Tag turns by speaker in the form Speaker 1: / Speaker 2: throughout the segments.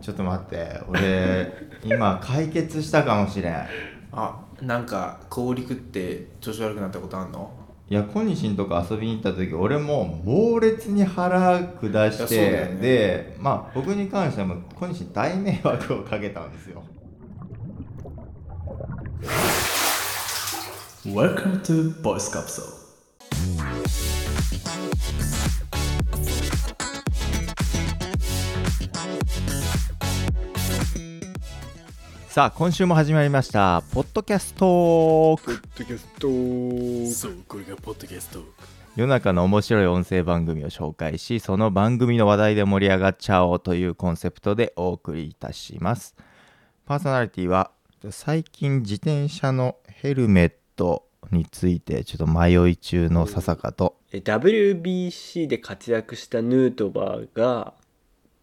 Speaker 1: ちょっと待って俺今解決したかもしれん
Speaker 2: あなんか氷食って調子悪くなったことあんの
Speaker 1: いや小西んとこ遊びに行った時俺も猛烈に腹下し
Speaker 2: いやそう
Speaker 1: て、
Speaker 2: だよね
Speaker 1: でまあ僕に関してはもう小西に大迷惑をかけたんですよ
Speaker 3: Welcome to Voice Capsule.
Speaker 1: さあ今週も始まりました「ポッドキャストーク
Speaker 4: ポッドキャスト
Speaker 3: そう、これがポッドキャスト。」
Speaker 1: 世の中の面白い音声番組を紹介しその番組の話題で盛り上がっちゃおうというコンセプトでお送りいたしますパーソナリティは最近自転車のヘルメットについてちょっと迷い中の笹香と
Speaker 5: え WBC で活躍したヌートバーが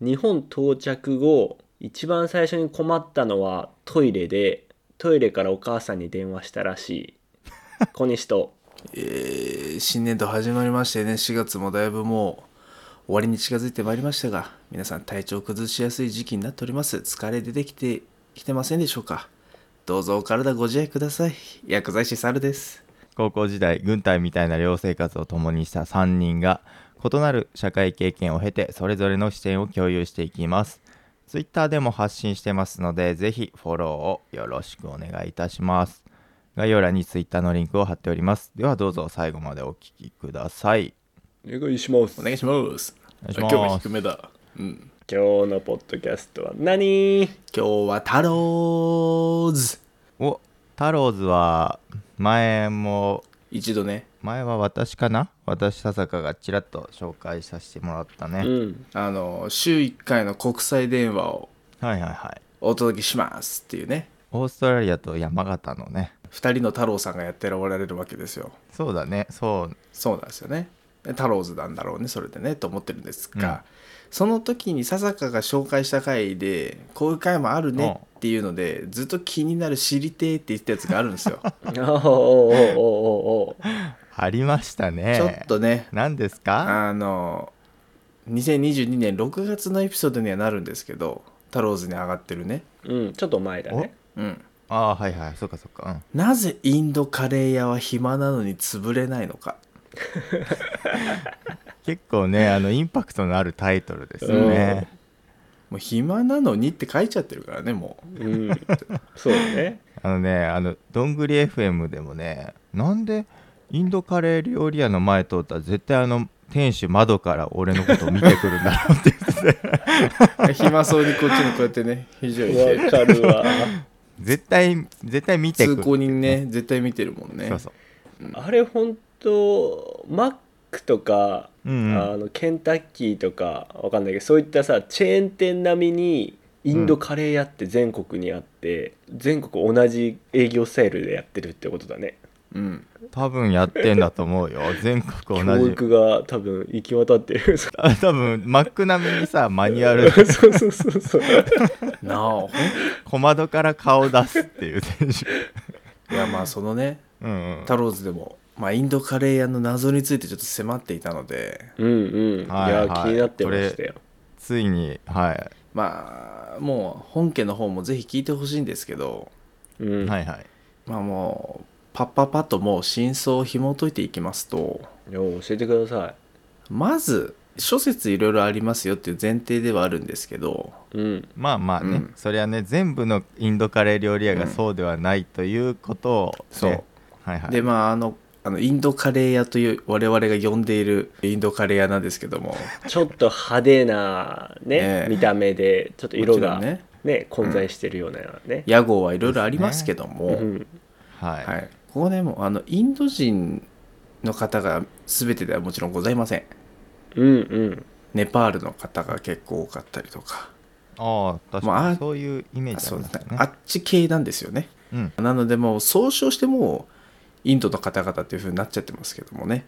Speaker 5: 日本到着後一番最初に困ったのはトイレでトイレからお母さんに電話したら しい小西と
Speaker 2: えー、新年度始まりましてね4月もだいぶもう終わりに近づいてまいりましたが皆さん体調崩しやすい時期になっております疲れ出てきてきてませんでしょうかどうぞお体ご自愛ください薬剤師サルです
Speaker 1: 高校時代軍隊みたいな寮生活を共にした3人が異なる社会経験を経てそれぞれの視点を共有していきます Twitter でも発信してますのでぜひフォローをよろしくお願いいたします概要欄に Twitter のリンクを貼っておりますではどうぞ最後までお聞きください
Speaker 5: お願いしま
Speaker 3: お
Speaker 5: す
Speaker 3: 願いします。
Speaker 1: お願いし
Speaker 3: 今
Speaker 1: ま
Speaker 3: 日
Speaker 1: す
Speaker 3: は低めだ。うん。
Speaker 5: 今日のポッドキャストは何
Speaker 2: 今日はタローズ
Speaker 1: おタローズは前も
Speaker 2: 一度ね
Speaker 1: 前は私かな私田坂がちらっと紹介させてもらったね、
Speaker 5: うん
Speaker 2: あの週1回の国際電話を
Speaker 1: はいはいはい
Speaker 2: お届けしますっていうね
Speaker 1: オーストラリアと山形のね
Speaker 2: 2人の太郎さんがやっておられるわけですよ
Speaker 1: そうだねそう
Speaker 2: そうなんですよねでタローズなんだろうねそれでねと思ってるんですが、その時に笹香が紹介した回でこういう回もあるねっていうのでずっと気になる知りてえって言ってたやつがあるんです よ
Speaker 5: おーおーおーおーおー
Speaker 1: ありましたね。
Speaker 2: ちょっとね
Speaker 1: 何ですか？
Speaker 2: あの2022年6月のエピソードにはなるんですけどタローズに上がってるね
Speaker 5: うんちょっと前だね
Speaker 2: うん
Speaker 1: ああーはいはい、そうかそうか。
Speaker 2: なぜインドカレー屋は暇なのに潰れないのか
Speaker 1: うん、結構ね、あのインパクトのあるタイトルですよね。
Speaker 2: もう暇なのにって書いちゃってるからねもう
Speaker 5: うんそうだね
Speaker 1: あのね、あのどんぐり FM でもね、なんでインドカレー料理屋の前通ったら絶対あの店主窓から俺のことを見てくるんだろうって
Speaker 2: 暇そう にこっちにこうやってね非常にして
Speaker 5: わかるわ
Speaker 1: 絶対絶対見てく
Speaker 2: 通
Speaker 1: る。
Speaker 2: 行人ね絶対見てるもんね
Speaker 1: そうそう。
Speaker 5: あれ本当マックとか
Speaker 1: うん、う
Speaker 5: あ
Speaker 1: ん。
Speaker 5: のケンタッキーとかわかんないけどそういったさチェーン店並みにインドカレー屋って全国にあって、全国同じ営業スタイルでやってるってことだね
Speaker 2: うん
Speaker 1: 多分やってんだと思うよ。全国
Speaker 5: 教
Speaker 1: 同じ。
Speaker 5: 育が多分行き渡ってるそう
Speaker 1: あ 多分マック並みにさマニュアル
Speaker 5: そうそうそうそう
Speaker 2: なあほん
Speaker 1: 小窓から顔出すっていう選手。
Speaker 2: いやまあそのね
Speaker 1: うんうん。
Speaker 2: タローズでも、まあ、インドカレー屋の謎についてちょっと迫っていたので
Speaker 5: うんうん、
Speaker 1: はい
Speaker 5: い
Speaker 1: はい
Speaker 5: や気になってましたよ
Speaker 1: ついにはい。
Speaker 2: まあもう本家の方もぜひ聞いてほしいんですけど
Speaker 5: うん、
Speaker 1: はいはい。
Speaker 2: まあもうパッパッパッともう真相を紐解いていきますと
Speaker 5: よう教えてくださ
Speaker 2: まず諸説いろいろありますよっていう前提ではあるんですけど
Speaker 5: いうん
Speaker 1: まあまあね、
Speaker 2: うん
Speaker 1: そりゃね全部のインドカレー料理屋がそうではないということを、ね
Speaker 2: そう
Speaker 1: はいはい
Speaker 2: でまああのあのインドカレー屋という我々が呼んでいるインドカレー屋なんですけ ども
Speaker 5: ちょっと派手なね、
Speaker 2: ねえ
Speaker 5: 見た目でちょっと色
Speaker 2: も
Speaker 5: が
Speaker 2: ちろんね
Speaker 5: ね混在してるようなね、
Speaker 2: 屋号はいろいろありますけども、
Speaker 5: うん
Speaker 1: はい、
Speaker 2: はい、ここねもうあのインド人の方が全てではもちろんございません
Speaker 5: うんうん
Speaker 2: ネパールの方が結構多かったりとか
Speaker 1: ああ確
Speaker 2: まあ
Speaker 1: か
Speaker 2: あ
Speaker 1: にそういうイメージあ
Speaker 2: そう
Speaker 1: り
Speaker 2: で
Speaker 1: ます
Speaker 2: すね
Speaker 1: よ
Speaker 2: あ
Speaker 1: ね
Speaker 2: っち系なんですよね
Speaker 1: うん
Speaker 2: なのでもう総称してもうインドの方々っていう風になっちゃってますけど もね、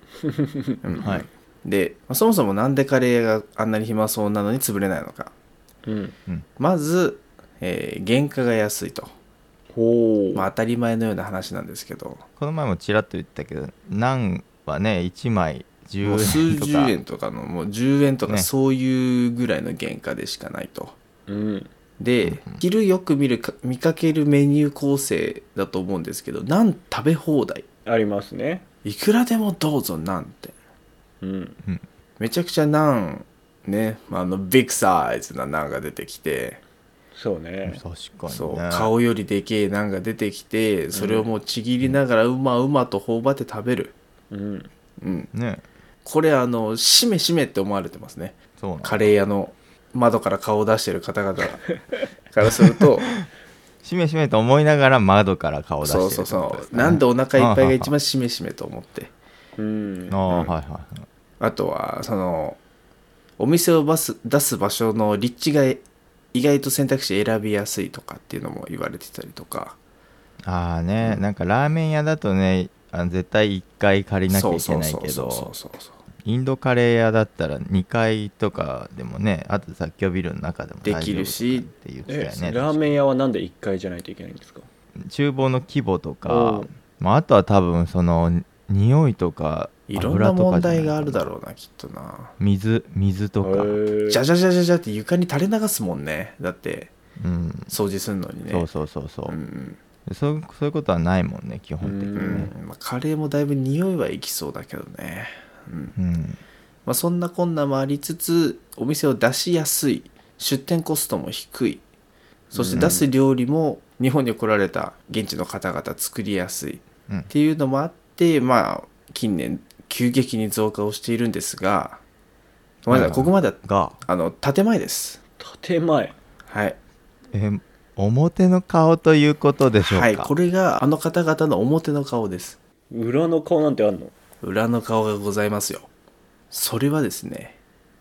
Speaker 2: うん
Speaker 1: はい
Speaker 2: でまあそもそもなんでカレー屋があんなに暇そうなのに潰れないのか
Speaker 5: うん
Speaker 2: まず、えー原価が安いと、
Speaker 5: ほう、
Speaker 2: まあ、当たり前のような話なんですけど
Speaker 1: この前もちらっと言ったけどナンはね1枚
Speaker 2: もう
Speaker 1: 10
Speaker 2: 数
Speaker 1: 円と
Speaker 2: 十
Speaker 1: か
Speaker 2: 円とかのもう10円とか
Speaker 1: ね
Speaker 2: そういうぐらいの原価でしかないと、
Speaker 5: うん
Speaker 2: で、昼よく見るか見かけるメニュー構成だと思うんですけどナン食べ放題
Speaker 5: ありますね
Speaker 2: いくらでもどうぞなんて
Speaker 5: うん
Speaker 2: めちゃくちゃナンねあのビッグサイズなナンが出てきて
Speaker 5: そうね
Speaker 1: 確かに、ね、
Speaker 2: そう顔よりでけえナンが出てきてそれをもうちぎりながらうまうまと頬張って食べる
Speaker 5: うん
Speaker 2: うん
Speaker 1: ね
Speaker 2: これあのしめしめって思われてますね
Speaker 1: そうなん
Speaker 2: カレー屋の窓から顔を出してる方々 からする と
Speaker 1: しめしめと思いながら窓から顔出してる
Speaker 2: そうそうそうなんでお腹いっぱいが一番しめしめと思って
Speaker 5: うん
Speaker 1: ああ、はいはいはい
Speaker 2: あとはそのお店をバス出す場所の立地が意外と選択肢選びやすいとかっていうのも言われてたりとか
Speaker 1: ああね、なんかラーメン屋だとねあの絶対1回借りなきゃいけないけ
Speaker 2: そ
Speaker 1: ど
Speaker 2: うそうそうそう
Speaker 1: インドカレー屋だったら2階とかでもねあと雑居ビルの中でも大丈夫とか
Speaker 2: できるし
Speaker 1: って言って
Speaker 5: え
Speaker 1: たよね
Speaker 5: ラーメン屋はなんで1階じゃないといけないんですか
Speaker 1: 厨房の規模と
Speaker 5: お
Speaker 1: か
Speaker 5: う、
Speaker 1: まあ、あとは多分その匂いとか
Speaker 2: いろんな問題があ
Speaker 1: 油とかじゃないかな
Speaker 2: るだろうなきっとな
Speaker 1: 水水とか、
Speaker 2: じゃじゃじゃじゃじゃって床に垂れ流すもんねだって
Speaker 1: うん、
Speaker 2: 掃除するのにね
Speaker 1: そうそうそうそうう、
Speaker 2: ん
Speaker 1: そうそういうことはないもんね基本的
Speaker 2: う
Speaker 1: にね
Speaker 2: んまあ、カレーもだいぶ匂いはいきそうだけどね、うん
Speaker 1: うん
Speaker 2: まあ、そんなこんなもありつつお店を出しやすい出店コストも低いそして出す料理も日本に来られた現地の方々作りやすいっ
Speaker 1: うん
Speaker 2: ていうのもあって、まあ近年急激に増加をしているんですがごめんなさいここまでは
Speaker 1: が
Speaker 2: あの建前です
Speaker 5: 建前
Speaker 2: はい
Speaker 1: え表の顔ということでしょうか、
Speaker 2: はい、これがあの方々の表の顔です
Speaker 5: 裏の顔なんてあんの
Speaker 2: 裏の顔がございますよそれはですね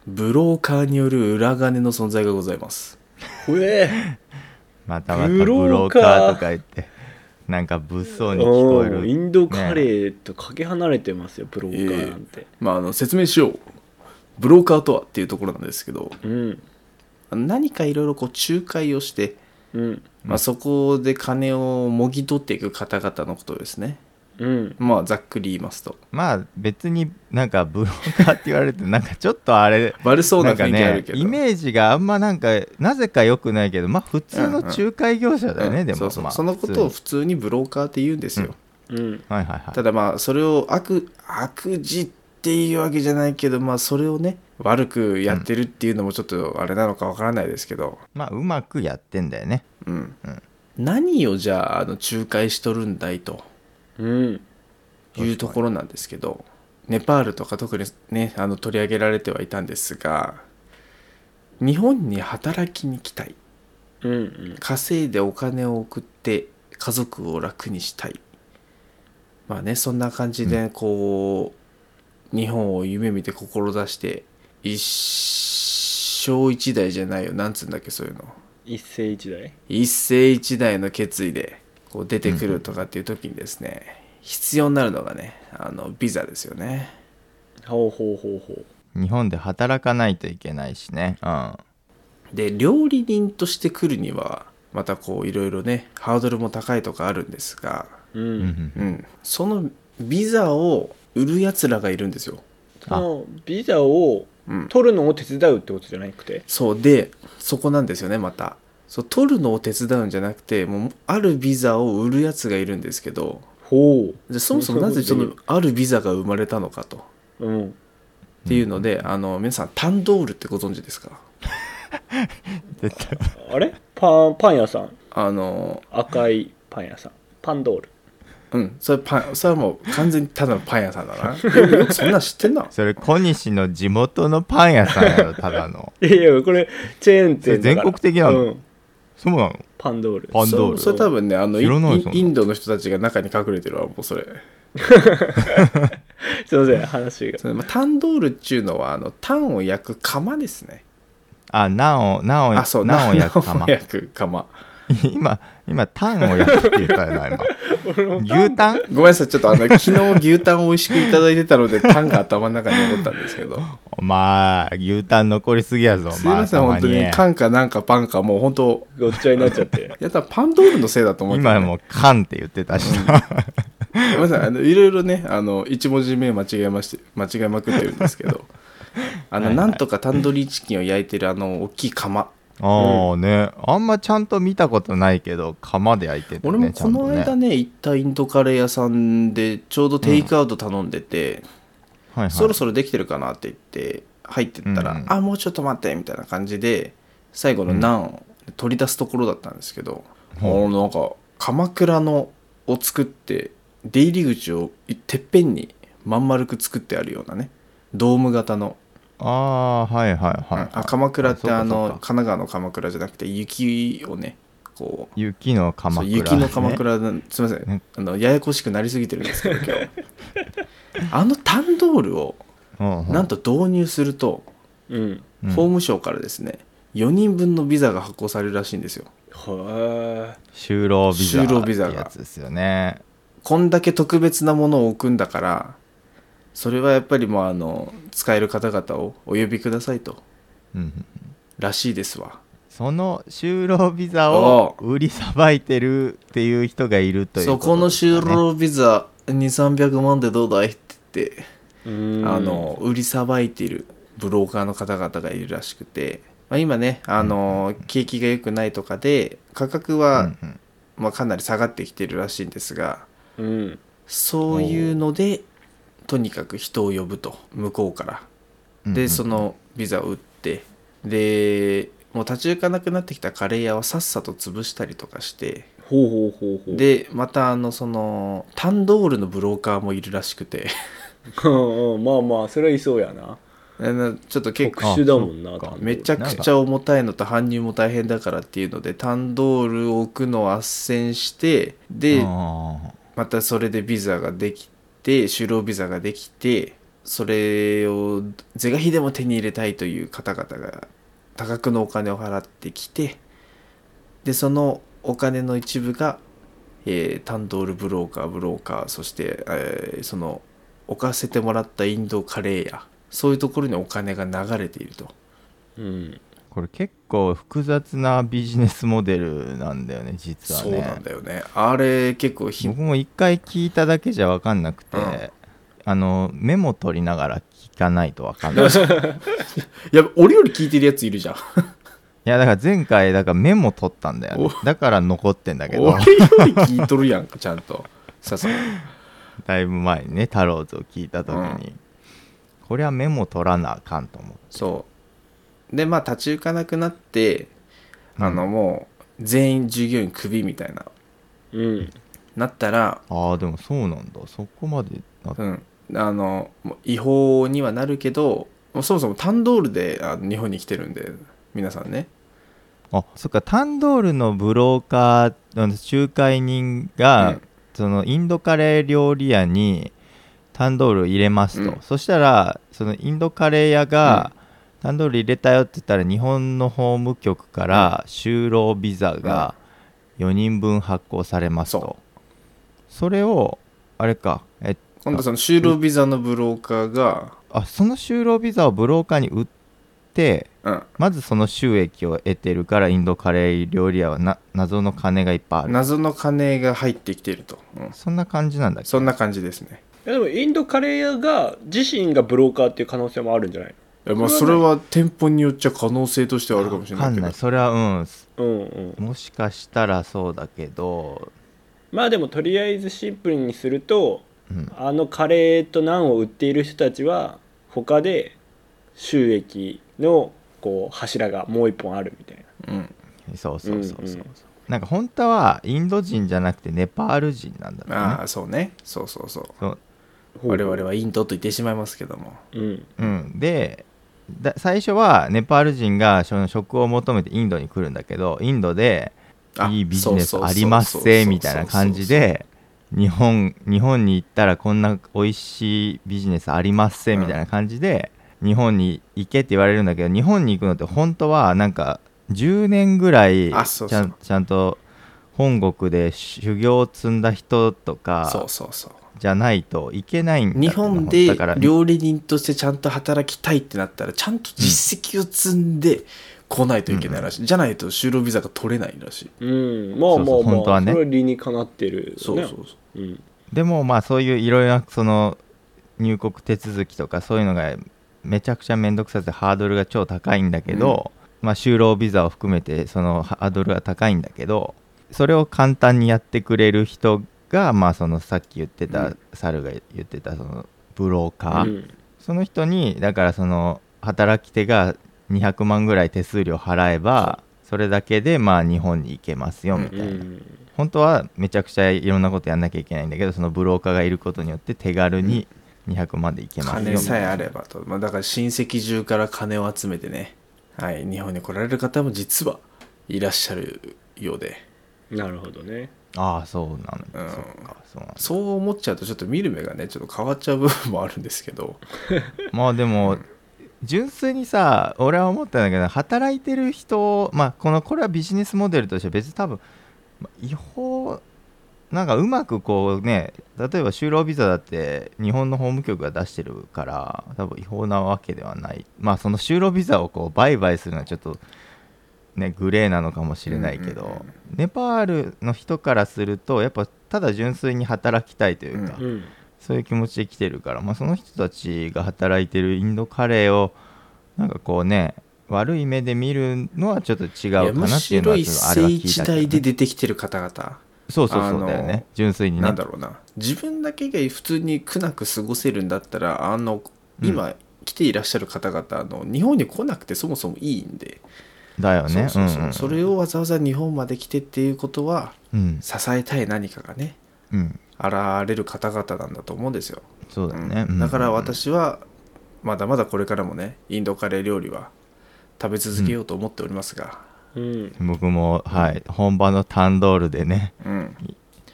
Speaker 2: ブローカーによる裏金の存在がございます
Speaker 5: ほえ
Speaker 1: またまたブ
Speaker 5: ブ
Speaker 1: ロー
Speaker 5: ロー
Speaker 1: カ
Speaker 5: カー
Speaker 1: ーとか言ってなんか物騒に聞こえ
Speaker 5: う
Speaker 1: る
Speaker 5: んインドカレーとかけ離れてますよブローカーなんて、
Speaker 2: まああの説明しようブローカーとはっていうところなんですけど
Speaker 5: うん
Speaker 2: あの何かいろいろこう仲介をして、
Speaker 5: うん
Speaker 2: まあ、そこで金をもぎ取っていく方々のことですね
Speaker 5: うん
Speaker 2: まあざっくり言いますと
Speaker 1: まあ別になんかブローカーって言われてなんかちょっとあれ
Speaker 2: 悪そうな雰囲気あ
Speaker 1: なん
Speaker 2: るけ
Speaker 1: か
Speaker 2: ど
Speaker 1: ねイメージがあんまなんかなぜか良くないけどまあ普通の仲介業者だよね、
Speaker 2: うん
Speaker 1: でも
Speaker 2: そうそう
Speaker 1: まあ
Speaker 2: そのことを
Speaker 1: 普
Speaker 2: 普通にブローカーって言うんですよ、
Speaker 5: うん
Speaker 1: 通にはいはいはい
Speaker 2: ただまあそれを悪悪事っていうわけじゃないけどまあそれをね悪くやってるっていうのもちょっとあれなのかわからないですけど、
Speaker 1: まあうまくやってんだよね
Speaker 2: うん何をじゃああの仲介しとるんだいと
Speaker 5: うん
Speaker 2: いうところなんですけどネパールとか特にねあの取り上げられてはいたんですが日本に働きに来たい
Speaker 5: うんうん
Speaker 2: 稼いでお金を送って家族を楽にしたいまあねそんな感じでこう、日本を夢見て志して一生一代じゃないよなんつうんだっけそういうの
Speaker 5: 一世一代
Speaker 2: 一世一代の決意でこう出てくるとかっていう時にですね、必要になるのがねあのビザですよね
Speaker 5: ほうほうほうほう
Speaker 1: 日本で働かないといけないしねうん
Speaker 2: で料理人として来るにはまたこういろいろねハードルも高いとかあるんですが
Speaker 5: うん、
Speaker 1: うん
Speaker 2: うん、そのビザを売るやつらがいるんですよ、
Speaker 5: そのビザを
Speaker 2: うん、
Speaker 5: 取るのを手伝うってことじゃなくて
Speaker 2: そうでそこなんですよねまたそう取るのを手伝うんじゃなくてもうあるビザを売るやつがいるんですけど
Speaker 5: ほ
Speaker 2: でそもそもなぜそのあるビザが生まれたのかとっ
Speaker 5: ううん
Speaker 2: ていうので、あの皆さんタンドールってご存知ですか
Speaker 1: 絶対
Speaker 5: あれパンパン屋さん
Speaker 2: あの
Speaker 5: 赤いパン屋さんパンドール
Speaker 2: うんそれパンそれはもう完全にただのパン屋さん だなよくよくそんなん知ってんな
Speaker 1: それ小西の地元のパン屋さんやろただの
Speaker 5: いやいやこれチェーン店だ
Speaker 1: それ全
Speaker 5: から
Speaker 1: 国的なの
Speaker 5: うん、
Speaker 1: そうなの
Speaker 5: パンドール
Speaker 1: パンドール
Speaker 2: それそれ多分ねあのイ
Speaker 1: 知らないそんな
Speaker 2: インドの人たちが中に隠れてるわもうそれ
Speaker 5: すいません話が
Speaker 2: そのまあ、タンドールっちゅうのはあのタンを焼く釜ですね。
Speaker 1: あなおなお
Speaker 2: あそう
Speaker 1: なおやかま
Speaker 2: ナンを焼く釜。
Speaker 1: 今今タンをやって言ったよな 今牛タン
Speaker 2: ごめんなさいちょっとあの昨日牛タンを美味しくいただいてたのでタンが頭の中に残ったんですけど。
Speaker 1: まあ牛タン残りすぎやぞ
Speaker 2: すいません、
Speaker 1: あ
Speaker 2: 本当に
Speaker 1: たま
Speaker 2: 缶かなんかパンかもう本当
Speaker 5: ごっちゃになっちゃって
Speaker 2: やったらパンドールのせいだと思って、
Speaker 1: 今もうカンって言ってたし
Speaker 2: ごめんなさいあのいろいろねあの一文字目間違えまして 間違えまくってるんですけどあの、なんとかタンドリーチキンを焼いてるあの大きい釜
Speaker 1: ああね、あんまちゃんと見たことないけど釜で焼いてて
Speaker 2: 俺
Speaker 1: ね
Speaker 2: も
Speaker 1: ちゃ
Speaker 2: こ
Speaker 1: ん
Speaker 2: の
Speaker 1: とね
Speaker 2: 間ね行ったインドカレー屋さんでちょうどテイクアウト頼んでて、
Speaker 1: はいはい
Speaker 2: そろそろできてるかなって言って入ってったら「
Speaker 1: うん
Speaker 2: あもうちょっと待って」みたいな感じで最後のナンを取り出すところだったんですけど、あ
Speaker 1: ほ
Speaker 2: のなんか鎌倉のを作って出入り口をてっぺんにまん丸く作ってあるようなねドーム型の、
Speaker 1: ああーはいはいはい、
Speaker 2: あ鎌倉っ
Speaker 1: そう
Speaker 2: て
Speaker 1: か
Speaker 2: あの
Speaker 1: そうか
Speaker 2: 神奈川の鎌倉じゃなくて雪をねこう
Speaker 1: 雪の鎌
Speaker 2: そう
Speaker 1: 倉、ね、
Speaker 2: 雪の鎌倉の すみません、
Speaker 1: ね
Speaker 2: あのややこしくなりすぎてるんですけど今 日あのタンドールを
Speaker 1: うんうん
Speaker 2: なんと導入すると、
Speaker 5: うん
Speaker 1: うん
Speaker 2: 法務省からですね4人分のビザが発行されるらしいんですよ
Speaker 5: は
Speaker 1: 就労ビザ
Speaker 2: 就労ビザが
Speaker 1: ってやつですよね
Speaker 2: こんだけ特別なものを置くんだからそれはやっぱりもうあの使える方々をお呼びくださいと
Speaker 1: うんうん
Speaker 2: らしいですわ
Speaker 1: その就労ビザを売りさばいてるっていう人がいるという
Speaker 2: そこの就労ビザ2300万でどうだいって言って
Speaker 5: いうん
Speaker 2: あの売りさばいているブローカーの方々がいるらしくて、まあ、今ねあの景気が良くないとかで価格は、
Speaker 1: うんうん
Speaker 2: まあ、かなり下がってきてるらしいんですが
Speaker 5: うん
Speaker 2: そういうのでとにかく人を呼ぶと向こうから
Speaker 1: うんう
Speaker 2: で
Speaker 1: ん
Speaker 2: そのビザを打ってでもう立ち行かなくなってきたカレー屋はさっさと潰したりとかして
Speaker 5: ほうほうほうほう
Speaker 2: でまたあのそのタンドールのブローカーもいるらしくて
Speaker 5: うんうんまあまあそれはいそうやな
Speaker 2: あのちょっと結構
Speaker 5: 特殊だもんな
Speaker 1: あそっか
Speaker 5: 多分
Speaker 2: めちゃくちゃ重たいのと搬入も大変だからっていうのでタンドールを置くのを斡旋してで
Speaker 1: あ
Speaker 2: またそれでビザができて就労ビザができてそれを是が非でも手に入れたいという方々が多額のお金を払ってきてでそのお金の一部が、えータンドールブローカーブローカーそして、えーその置かせてもらったインドカレー屋そういうところにお金が流れていると。
Speaker 5: うん
Speaker 1: ーこれ結構複雑なビジネスモデルなんだよね実は
Speaker 2: そ
Speaker 1: ね
Speaker 2: うなんだよねあれ結構ひ
Speaker 1: 僕も一回聞いただけじゃ分かんなくて、
Speaker 2: うん
Speaker 1: あのメモ取りながら聞かないと分かん ないい
Speaker 2: や俺より聞いてるやついるじゃん
Speaker 1: やだから前回だからメモ取ったんだよ、ね、だから残ってんだけど
Speaker 2: 俺より聞いとるやんかちゃんとささ
Speaker 1: だいぶ前にね太郎ズを聞いた時に、これはメモ取らなあかんと思って
Speaker 2: そうでまあ立ち行かなくなってあのもう全員従業員クビみたいな
Speaker 5: うん
Speaker 2: なったら
Speaker 1: ああでもそうなんだそこまでな
Speaker 2: うんあのもう違法にはなるけどもうそもそもタンドールであの日本に来てるんで皆さんね
Speaker 1: あそっかタンドールのブローカーあの仲介人が、
Speaker 2: うん
Speaker 1: そのインドカレー料理屋にタンドールを入れますと、
Speaker 2: うん
Speaker 1: そしたらそのインドカレー屋が、タンドール入れたよって言ったら日本の法務局から就労ビザが4人分発行されますと、それをあれかえっと
Speaker 2: 今度その就労ビザのブローカーが
Speaker 1: あその就労ビザをブローカーに売って
Speaker 2: うん
Speaker 1: まずその収益を得てるからインドカレー料理屋はな謎の金がいっぱいある
Speaker 2: 謎の金が入ってきていると、うん、
Speaker 1: そんな感じなんだっけ
Speaker 2: そんな感じですね
Speaker 5: いやでもインドカレー屋が自身がブローカーっていう可能性もあるんじゃない
Speaker 2: いやまあそれは店舗によっちゃ可能性としてはあるかもしれ
Speaker 1: わ
Speaker 2: な
Speaker 1: か
Speaker 2: い
Speaker 1: ん
Speaker 2: けど
Speaker 1: ないそれはうん
Speaker 5: うんうん
Speaker 1: もしかしたらそうだけど、
Speaker 5: まあでもとりあえずシンプルにすると
Speaker 1: うん、
Speaker 5: あのカレーとナンを売っている人たちは他で収益のこう柱がもう一本あるみたいな
Speaker 2: うん
Speaker 1: そうそうそうそう、
Speaker 5: うんうん
Speaker 1: なんか本当はインド人じゃなくてネパール人なんだろうね
Speaker 2: ああそうねそうそうそう
Speaker 1: そう
Speaker 2: 我々はインドと言ってしまいますけども
Speaker 5: うん
Speaker 1: うん、でだ最初はネパール人がその職を求めてインドに来るんだけどインドで
Speaker 2: あ
Speaker 1: いいビジネ
Speaker 2: そ
Speaker 1: ス
Speaker 2: うそうそう
Speaker 1: ありますせみたいな感じで日本日本に行ったらこんな美味しいビジネスありますせみたいな感じで、日本に行けって言われるんだけど日本に行くのって本当はなんか10年ぐらいちゃ
Speaker 2: あ
Speaker 1: ん
Speaker 2: そう
Speaker 1: ち
Speaker 2: そう
Speaker 1: ゃんと本国で修行を積んだ人と
Speaker 2: そう
Speaker 1: か
Speaker 2: そうそう
Speaker 1: じゃないといけないんだって
Speaker 2: 日本で
Speaker 1: だから
Speaker 2: 料理人としてちゃんと働きたいってなったらちゃんと実績を積んで来ないといけないらしい、じゃないと就労ビザが取れないらしい、
Speaker 5: うんまあまあま
Speaker 1: そ
Speaker 5: あ
Speaker 1: うそう本当はね
Speaker 5: それは理にかなってる、ね、
Speaker 2: そうそうそう
Speaker 5: う、ん、
Speaker 1: でもまあそういういろいろなその入国手続きとかそういうのがめちゃくちゃ面倒くさくてハードルが超高いんだけど、まあ、就労ビザを含めてそのハードルが高いんだけどそれを簡単にやってくれる人が、まあ、そのさっき言ってた、
Speaker 5: うん
Speaker 1: 猿が言ってたそのブローカー、
Speaker 5: うん
Speaker 1: その人にだからその働き手が200万ぐらい手数料払えばそれだけでまあ日本に行けますよみたいな、
Speaker 5: うん
Speaker 1: 本当はめちゃくちゃいろんなことやんなきゃいけないんだけどそのブローカーがいることによって手軽に200万で行けますよ
Speaker 2: 金
Speaker 1: み
Speaker 2: さ
Speaker 1: たい
Speaker 2: え
Speaker 1: な
Speaker 2: あればと、まあ、だから親戚中から金を集めてね、はい、日本に来られる方も実はいらっしゃるようで
Speaker 5: なるほどね
Speaker 1: ああそうなの、
Speaker 2: うん
Speaker 1: そっかそうなの
Speaker 2: そう思っちゃうとちょっと見る目がねちょっと変わっちゃう部分もあるんですけど
Speaker 1: まあでも純粋にさ俺は思ったんだけど働いてる人まあこのこれはビジネスモデルとして別に多分まあ違法なんかうまくこうね例えば就労ビザだって日本の法務局が出してるから多分違法なわけではないまあその就労ビザをこう売買するのはちょっとねグレーなのかもしれないけど、
Speaker 2: うんうん
Speaker 1: ネパールの人からするとやっぱただ純粋に働きたいというか、
Speaker 2: うん
Speaker 5: うん
Speaker 1: そういう気持ちで来てるから、まあ、その人たちが働いてるインドカレーをなんかこうね悪い目で見るのはちょっと違
Speaker 2: いや
Speaker 1: うかな
Speaker 2: む
Speaker 1: ってい
Speaker 2: し
Speaker 1: うの
Speaker 2: ろ
Speaker 1: は
Speaker 2: 一
Speaker 1: ちょっとあれは
Speaker 2: 世
Speaker 1: 聞い
Speaker 2: 一
Speaker 1: たけ
Speaker 2: 代
Speaker 1: ど、
Speaker 2: で
Speaker 1: ね、
Speaker 2: 出てきてる方々
Speaker 1: そうそうそうだよ
Speaker 2: あの
Speaker 1: ね純粋にね
Speaker 2: なんだろうな自分だけが普通に苦なく過ごせるんだったらあの今、来ていらっしゃる方々の日本に来なくてそもそもいいんで、
Speaker 1: だよね
Speaker 2: そうそうそう
Speaker 1: うんうん
Speaker 2: それをわざわざ日本まで来てっていうことは
Speaker 1: うん
Speaker 2: 支えたい何かがね
Speaker 1: うん
Speaker 2: 現れる方々なんだと思うんですよ、
Speaker 1: そうだよね、
Speaker 2: うんだから
Speaker 1: うん
Speaker 2: 私はまだまだこれからもねインドカレー料理は食べ続けようと思っておりますが、
Speaker 5: うん
Speaker 1: 僕も、はい、本場のタンドールでね
Speaker 2: うん、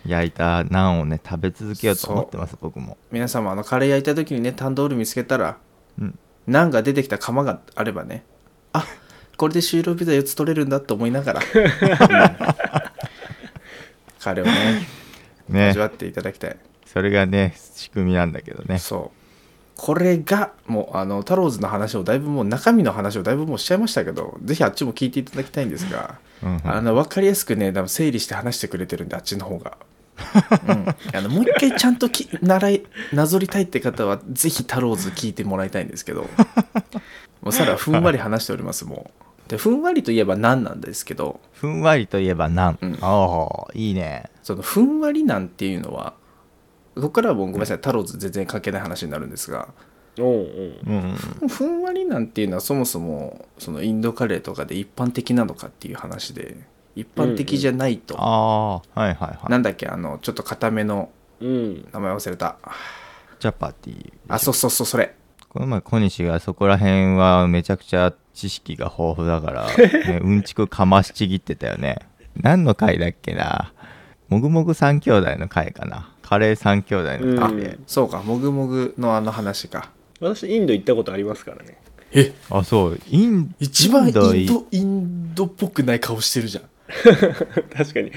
Speaker 1: 焼いたナンをね食べ続けようと思ってます僕も
Speaker 2: 皆さんもあのカレー焼いた時にねタンドール見つけたら、
Speaker 1: うん
Speaker 2: なんか出てきた釜があればねあこれで就労ビザ4つ取れるんだと思いな がら、うんカレーをね
Speaker 1: ね
Speaker 2: 味わっていただきたい、
Speaker 1: それがね仕組みなんだけどね
Speaker 2: そうこれがもうあの太郎ズの話をだいぶもう中身の話をだいぶもうしちゃいましたけどぜひあっちも聞いていただきたいんですが、
Speaker 1: うんうん
Speaker 2: あの分かりやすくね多分整理して話してくれてるんであっちの方が、うん、あのもう一回ちゃんとき習いなぞりたいって方はぜひ太郎ズ聞いてもらいたいんですけどもうさらふんわり話しておりますもうでふんわりといえば何なんですけど
Speaker 1: ふんわりといえばナン、
Speaker 2: うん
Speaker 1: おーいいね
Speaker 2: そのふんわりなんていうのはここからはもうごめんなさい太郎ズ全然関係ない話になるんですが
Speaker 5: おうおう
Speaker 1: うんうん
Speaker 2: ふんわりなんていうのはそもそもそのインドカレーとかで一般的なのかっていう話で一般的じゃないと、
Speaker 1: ああはいはいはい
Speaker 2: なんだっけあのちょっと固めの
Speaker 5: うん
Speaker 2: 名前忘れた
Speaker 1: チャパティ
Speaker 2: あそうそうそうそれ
Speaker 1: この前小西がそこら辺はめちゃくちゃ知識が豊富だ から、ね、うんちくかましちぎってたよね何の回だっけなもぐもぐ三兄弟の回かなカレー三兄弟の
Speaker 2: あ
Speaker 1: 回で、
Speaker 2: そうかもぐもぐのあの話か
Speaker 5: 私インド行ったことありますからね
Speaker 2: え
Speaker 1: あそうイン
Speaker 2: 一番インド
Speaker 1: イ
Speaker 2: イ
Speaker 1: ン
Speaker 2: ン
Speaker 1: ド
Speaker 2: ドっぽくない顔してるじゃん
Speaker 5: 確かに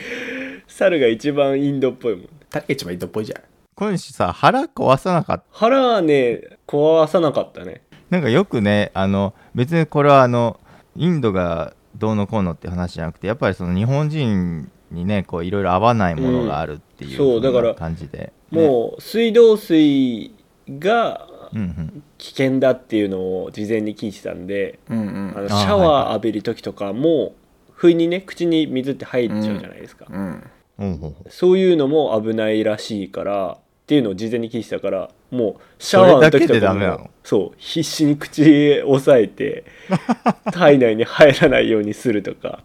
Speaker 5: 猿が一番インドっぽいもん
Speaker 2: 誰が一番インドっぽいじゃん
Speaker 1: 小西さ腹壊さなかった
Speaker 5: 腹はね壊さなかったね
Speaker 1: なんかよくねあの別にこれはあのインドがどうのこうのって話じゃなくてやっぱりその日本人にねこういろいろ合わないものがあるっていう,、
Speaker 5: うんそうだから
Speaker 1: 感じで、
Speaker 5: もう水道水が
Speaker 1: うんうん、
Speaker 5: 危険だっていうのを事前に聞いてたんで
Speaker 2: うんう
Speaker 5: あの
Speaker 2: ん
Speaker 5: シャワー浴びる時とかも不意にね口に水って入っちゃうじゃないですか、
Speaker 2: うん
Speaker 1: うんうん
Speaker 5: そういうのも危ないらしいからっていうのを事前に聞いてたからもうシャワーの時
Speaker 1: それだけで
Speaker 5: と
Speaker 1: ダ
Speaker 5: か
Speaker 1: メなの
Speaker 5: もそう必死に口を押さ えて体内に入らないようにするとか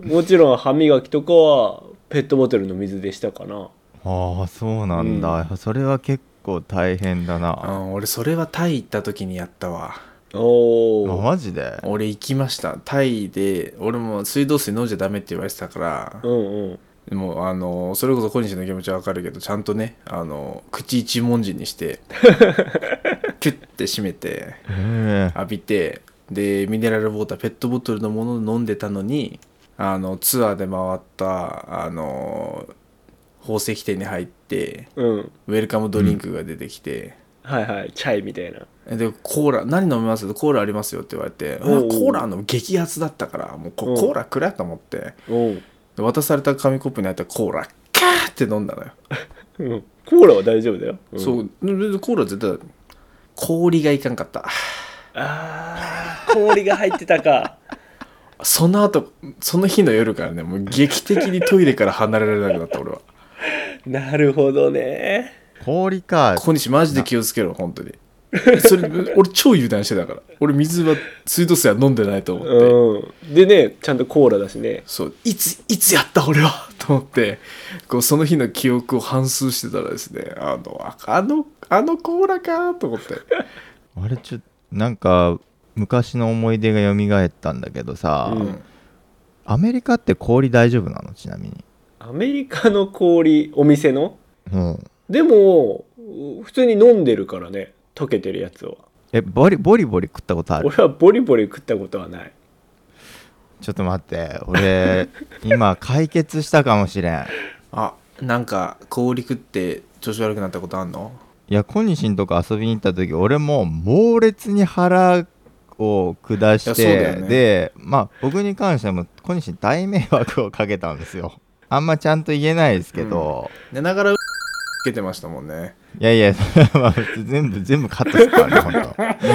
Speaker 5: もちろん歯磨きとかはペットボトルの水でしたかな
Speaker 1: ああそうなんだ、それは結構大変だ
Speaker 2: あ
Speaker 1: な、
Speaker 2: ー俺それはタイ行った時にやったわ
Speaker 5: お
Speaker 1: あ
Speaker 5: ー
Speaker 1: マジで
Speaker 2: 俺行きましたタイで俺も水道水飲んじゃダメって言われてたから
Speaker 5: うんうん
Speaker 2: もうあのそれこそ小西の気持ちはわかるけどちゃんとねあの口一文字にして キュッて閉めて
Speaker 1: へえ
Speaker 2: 浴びてでミネラルウォーターペットボトルのものを飲んでたのにあのツアーで回ったあの宝石店に入って
Speaker 5: うん
Speaker 2: ウェルカムドリンクが出てきて、
Speaker 5: はいはいチャイみたいな
Speaker 2: でコーラ何飲みますコーラありますよって言われてあ
Speaker 5: おうおう
Speaker 2: コーラの激アツだったからもうこ
Speaker 5: うん
Speaker 2: コーラくれと思って
Speaker 5: おう
Speaker 2: で渡された紙コップに入ったコーラカーって飲んだのよ
Speaker 5: うんコーラは大丈夫だよ、うん
Speaker 2: そうでコーラ絶対氷がいかんかった
Speaker 5: あー氷が入ってたか
Speaker 2: その後その日の夜からねもう劇的にトイレから離れられなくなった俺は
Speaker 5: なるほどね
Speaker 1: 氷か
Speaker 2: 小西マジで気をつけろ本当にそれ俺超油断してたから俺水は水道水は飲んでないと思って、
Speaker 5: うんでねちゃんとコーラだしね
Speaker 2: そういついつやった俺はと思ってこうその日の記憶を反芻してたらですねあのああのあのコーラかと思って
Speaker 1: あれちょなんか昔の思い出が蘇ったんだけどさ、
Speaker 5: うん
Speaker 1: アメリカって氷大丈夫なのちなみに
Speaker 5: アメリカの氷お店の
Speaker 1: うん
Speaker 5: でもう普通に飲んでるからね溶けてるやつを
Speaker 1: えボリボリボリ食ったことある
Speaker 5: 俺はボリボリ食ったことはない
Speaker 1: ちょっと待って俺今解決したかもしれん
Speaker 2: あなんか氷食って調子悪くなったことあんの
Speaker 1: いや小西んとこ遊びに行った時俺も猛烈に腹を下し
Speaker 2: いやそう
Speaker 1: て、
Speaker 2: だよね
Speaker 1: でまあ僕に関しても小西に大迷惑をかけたんですよ あんまちゃんと言えないですけど、
Speaker 2: 寝ながら受けてましたもんね
Speaker 1: いやいや、 まあ普通全部全部カットする からねほんと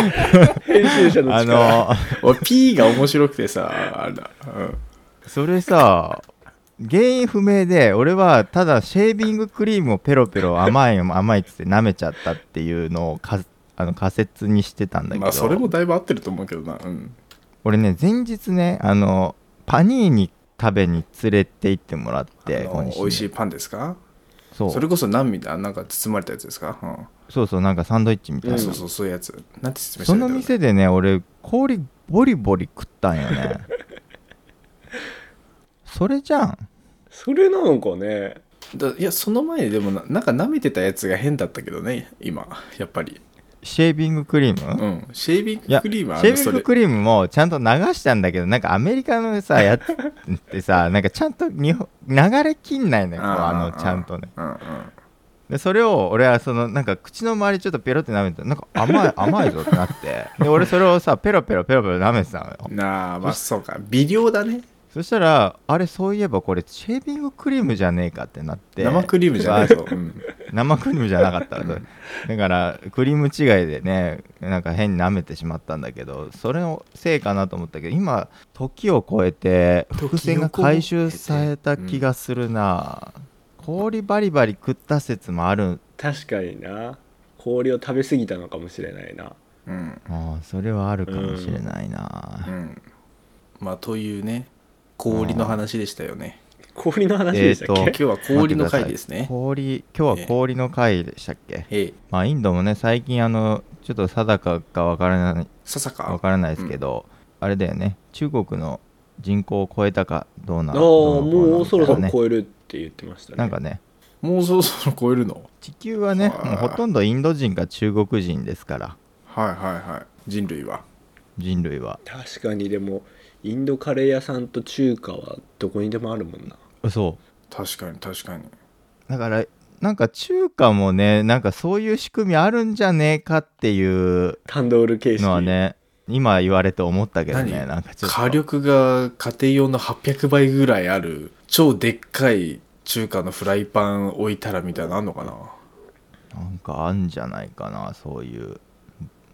Speaker 5: 編集者の
Speaker 1: あ
Speaker 5: 力
Speaker 1: の
Speaker 2: おい P が面白くてさあれだ、うん、
Speaker 1: それさ原因不明で俺はただシェービングクリームをペロペロ甘い甘いっつって舐めちゃったっていうのをかあの仮説にしてたんだけど、
Speaker 2: まあそれもだいぶ合ってると思うけどな、うん、
Speaker 1: 俺ね前日ねあのパニーニ食べに連れて行ってもらっ
Speaker 2: あ
Speaker 1: て
Speaker 2: の美味し
Speaker 1: い
Speaker 2: いパンですか
Speaker 1: そう
Speaker 2: それこそ何みたいななんか包まれたやつですか、うん
Speaker 1: そうそうなんかサンドイッチみたいな、
Speaker 5: ん
Speaker 2: そうそうそういうやつなんて説明し
Speaker 1: そ
Speaker 2: たらい
Speaker 1: の
Speaker 2: いんだろう
Speaker 1: 店でね俺氷ボリボリ食ったんよね それじゃん
Speaker 5: それなのかね
Speaker 2: だいやその前にでもななんか舐めてたやつが変だったけどね今やっぱり
Speaker 1: シェービングクリーム、
Speaker 2: うんシェービ
Speaker 1: い
Speaker 2: ング
Speaker 1: や
Speaker 2: クリームはあ
Speaker 1: シェ
Speaker 2: の
Speaker 1: ービ
Speaker 2: そ
Speaker 1: ング
Speaker 2: れ
Speaker 1: クリームもちゃんと流したんだけどなんかアメリカのさやつってさなんかちゃんと日本流れきんないのよこうあのちゃんとね
Speaker 2: うんうん
Speaker 1: でそれを俺はそのなんか口の周りちょっとペロって舐めてなんか甘 い甘いぞってなってで俺それをさペロペロペロペロ舐めてたのよ
Speaker 2: なあまあそうか微量だね
Speaker 1: そしたらあれそういえばこれシェービングクリームじゃねえかってなって
Speaker 2: 生クリームじゃないぞ、 うん、
Speaker 1: 生クリームじゃなかったそれだからクリーム違いでねなんか変に舐めてしまったんだけどそれのせいかなと思ったけど今時を超えて伏線が回収された気がするな、氷バリバリ食った説もある
Speaker 5: 確かにな氷を食べ過ぎたのかもしれないな
Speaker 2: うん
Speaker 1: ああそれはあるかもしれないな、
Speaker 2: うんまあというね氷の話でしたよね
Speaker 5: 氷の話でしたっけ、
Speaker 1: えー
Speaker 2: 今日は氷の回ですね
Speaker 1: 氷今日は氷の回でしたっけ、
Speaker 2: ええ
Speaker 1: まあインドもね最近あのちょっと定かかわからない
Speaker 2: 笹
Speaker 1: わ
Speaker 2: か
Speaker 1: からないですけど、あれだよね中国の人口を超えたかどうな
Speaker 5: ああ
Speaker 1: どなの
Speaker 5: もうそろ
Speaker 1: みた
Speaker 5: そろ
Speaker 1: いなね
Speaker 5: 超えるって言ってましたね
Speaker 1: なんかね
Speaker 2: もうそろそろ超えるの
Speaker 1: 地球はね
Speaker 2: はい
Speaker 1: もうほとんどインド人か中国人ですから
Speaker 2: はいはいはい人類は
Speaker 1: 人類は
Speaker 5: 確かにでもインドカレー屋さんと中華はどこにでもあるもんな
Speaker 1: そ
Speaker 2: 確かに確かに
Speaker 1: うだからなんか中華もねなんかそういう仕組みあるんじゃねえかっていう
Speaker 5: タンドール形式
Speaker 1: のはね今言われて思ったけどね
Speaker 2: 何
Speaker 1: なんかちょっと
Speaker 2: 火力が家庭用の800倍ぐらいある超でっかい中華のフライパン置いたらみたいなのあんのかな
Speaker 1: なんかあんじゃないかなそういう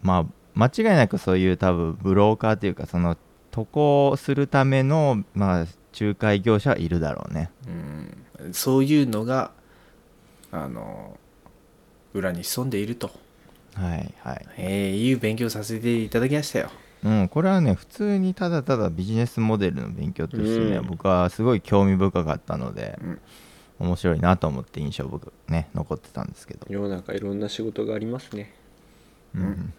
Speaker 1: まあ間違いなくそういう多分ブローカーというかその渡航するための、まあ、仲介業者はいるだろうね
Speaker 2: うんそういうのがあの裏に潜んでいると
Speaker 1: はいはい
Speaker 2: えーいう勉強させていただきましたよ
Speaker 1: うんこれはね普通にただただビジネスモデルの勉強としてね、
Speaker 5: うん
Speaker 1: 僕はすごい興味深かったので、
Speaker 2: うん
Speaker 1: 面白いなと思って印象僕ね残ってたんですけど、
Speaker 5: 世の中いろんな仕事がありますね
Speaker 1: うん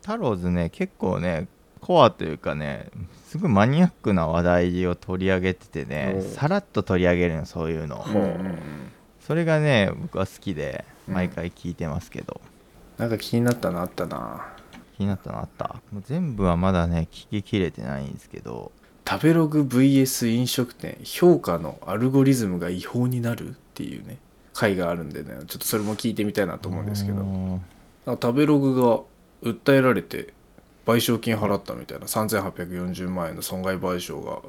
Speaker 1: タローズね結構ねコアというかねすごいマニアックな話題を取り上げててね、
Speaker 5: うん
Speaker 1: さらっと取り上げるのそういうのを、それがね僕は好きで
Speaker 2: うん
Speaker 1: 毎回聞いてますけど、
Speaker 2: なんか気になったのあったな
Speaker 1: 気になったのあったもう全部はまだね聞ききれてないんですけど
Speaker 2: 食べログ VS 飲食店評価のアルゴリズムが違法になるっていうね回があるんでねちょっとそれも聞いてみたいなと思うんですけど
Speaker 1: うん
Speaker 2: なんか食べログが訴えられて賠償金払ったみたいな3840万円の損害賠償がっ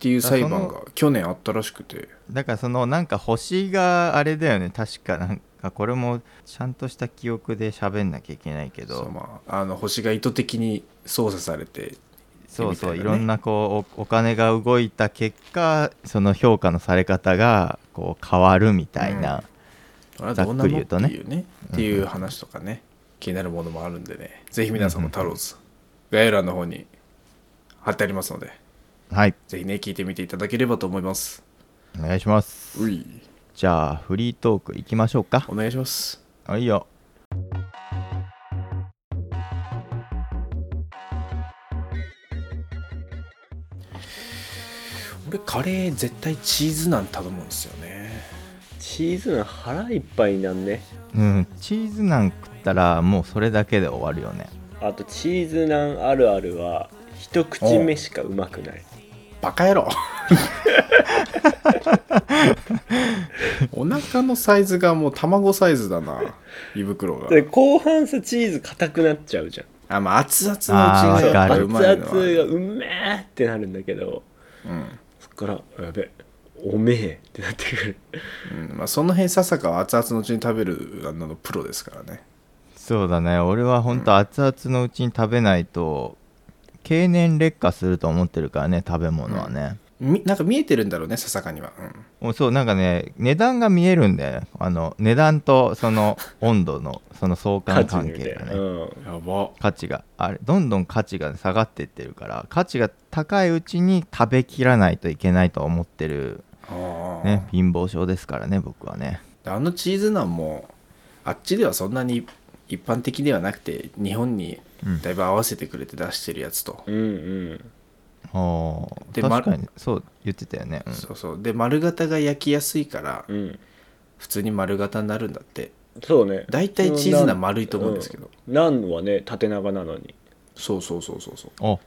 Speaker 2: ていう裁判が去年あったらしくて
Speaker 1: だからそのなんか星があれだよね確かなんかこれもちゃんとした記憶で喋んなきゃいけないけ
Speaker 2: そう
Speaker 1: ど
Speaker 2: まあ、あの星が意図的に操作されて
Speaker 1: そうそうい
Speaker 2: みたいなね
Speaker 1: ろんなこうおお金が動いた結果その評価のされ方がこう変わるみたいな、
Speaker 2: あれはどん
Speaker 1: ざっ
Speaker 2: なもんって
Speaker 1: くり言うとね
Speaker 2: いうねっていう話とかね気になるものもあるんでねぜひ皆さんもタローズ概要欄の方に貼ってありますので
Speaker 1: はい
Speaker 2: ぜひね聞いてみていただければと思います
Speaker 1: お願いします
Speaker 2: うい
Speaker 1: じゃあフリートークいきましょうか
Speaker 2: お願いします
Speaker 1: はいよ
Speaker 2: 俺カレー絶対チーズナン頼むんですよね
Speaker 5: チーズナン腹いっぱいになんね
Speaker 1: うんチーズなん食ったらもうそれだけで終わるよね
Speaker 5: あとチーズナンあるあるは一口目しかうまくない
Speaker 2: バカ野郎お腹のサイズがもう卵サイズだな胃袋が
Speaker 5: で後半さチーズ硬くなっちゃうじゃん
Speaker 2: あまあ熱々のうちがやっぱ
Speaker 1: あー
Speaker 2: う
Speaker 5: 熱々
Speaker 2: まいの
Speaker 5: が
Speaker 2: は
Speaker 5: うめえってなるんだけどそっからやべおめえってなってくる
Speaker 2: うんまあ、その辺ささかは熱々のうちに食べるあのプロですからね
Speaker 1: そうだね俺はほんと熱々のうちに食べないと経年劣化すると思ってるからね食べ物はね、
Speaker 2: みなんか見えてるんだろうねささかには、うん
Speaker 1: もうそうなんかね値段が見えるんだよねあの値段とその温度のその相関
Speaker 5: 勝ち
Speaker 1: 関
Speaker 5: みた
Speaker 1: 係
Speaker 5: い
Speaker 1: が
Speaker 5: な、
Speaker 1: ね、
Speaker 5: うん、
Speaker 2: やば
Speaker 1: 価値があれどんどん価値が下がっていってるから価値が高いうちに食べきらないといけないと思ってる、
Speaker 2: あ,、
Speaker 1: ね、貧乏症ですからね僕はね
Speaker 2: あのチーズナンもあっちではそんなに一般的ではなくて日本に
Speaker 1: うん
Speaker 2: だいぶ合わせてくれて出してるやつと、
Speaker 5: うんうん
Speaker 1: あ
Speaker 2: で
Speaker 1: 確かにそう言ってたよね、うん
Speaker 2: そうそうで丸型が焼きやすいから
Speaker 5: うん
Speaker 2: 普通に丸型になるんだって
Speaker 5: そうね
Speaker 2: 大体チーズナン丸いと思うんですけど、
Speaker 5: ナンはね縦長なのに
Speaker 2: そうそうそうそうそう
Speaker 1: あ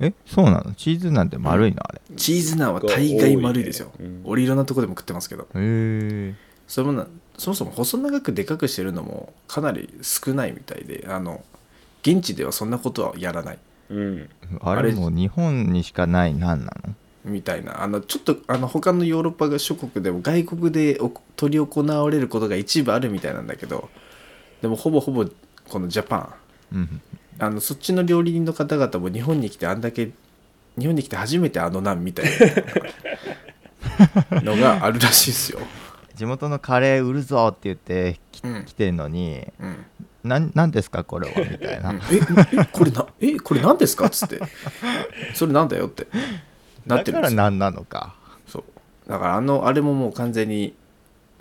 Speaker 1: えそうなのチーズなんて丸いのあれ
Speaker 2: チーズナンは大概丸いですよ、
Speaker 5: 多いねうん
Speaker 2: 俺いろんなとこでも食ってますけど
Speaker 1: へえ
Speaker 2: それもなそもそも細長くでかくしてるのもかなり少ないみたいであの現地ではそんなことはやらない
Speaker 5: うん
Speaker 1: あ
Speaker 2: あ
Speaker 1: れ
Speaker 2: れ
Speaker 1: もう日本にしかないなんなの
Speaker 2: みたいなあのちょっとあの他のヨーロッパ諸国でも外国でお執り行われることが一部あるみたいなんだけどでもほぼほぼこのジャパ
Speaker 1: うん
Speaker 2: ンあのそっちの料理人の方々も日本に来てあんだけ日本に来て初めてあのなんみたい なのがあるらしいですよ。
Speaker 1: 地元のカレー売るぞって言ってき
Speaker 2: うん
Speaker 1: 来てんのに
Speaker 2: うん
Speaker 1: なんなんですかこれはみた いな
Speaker 2: うんええこれなえこれ何ですかっつってそれなんだよってなっ
Speaker 1: だ
Speaker 2: て
Speaker 1: か
Speaker 2: る
Speaker 1: ら
Speaker 2: んですよ
Speaker 1: なんなのか
Speaker 2: そうだからあのあれももう完全に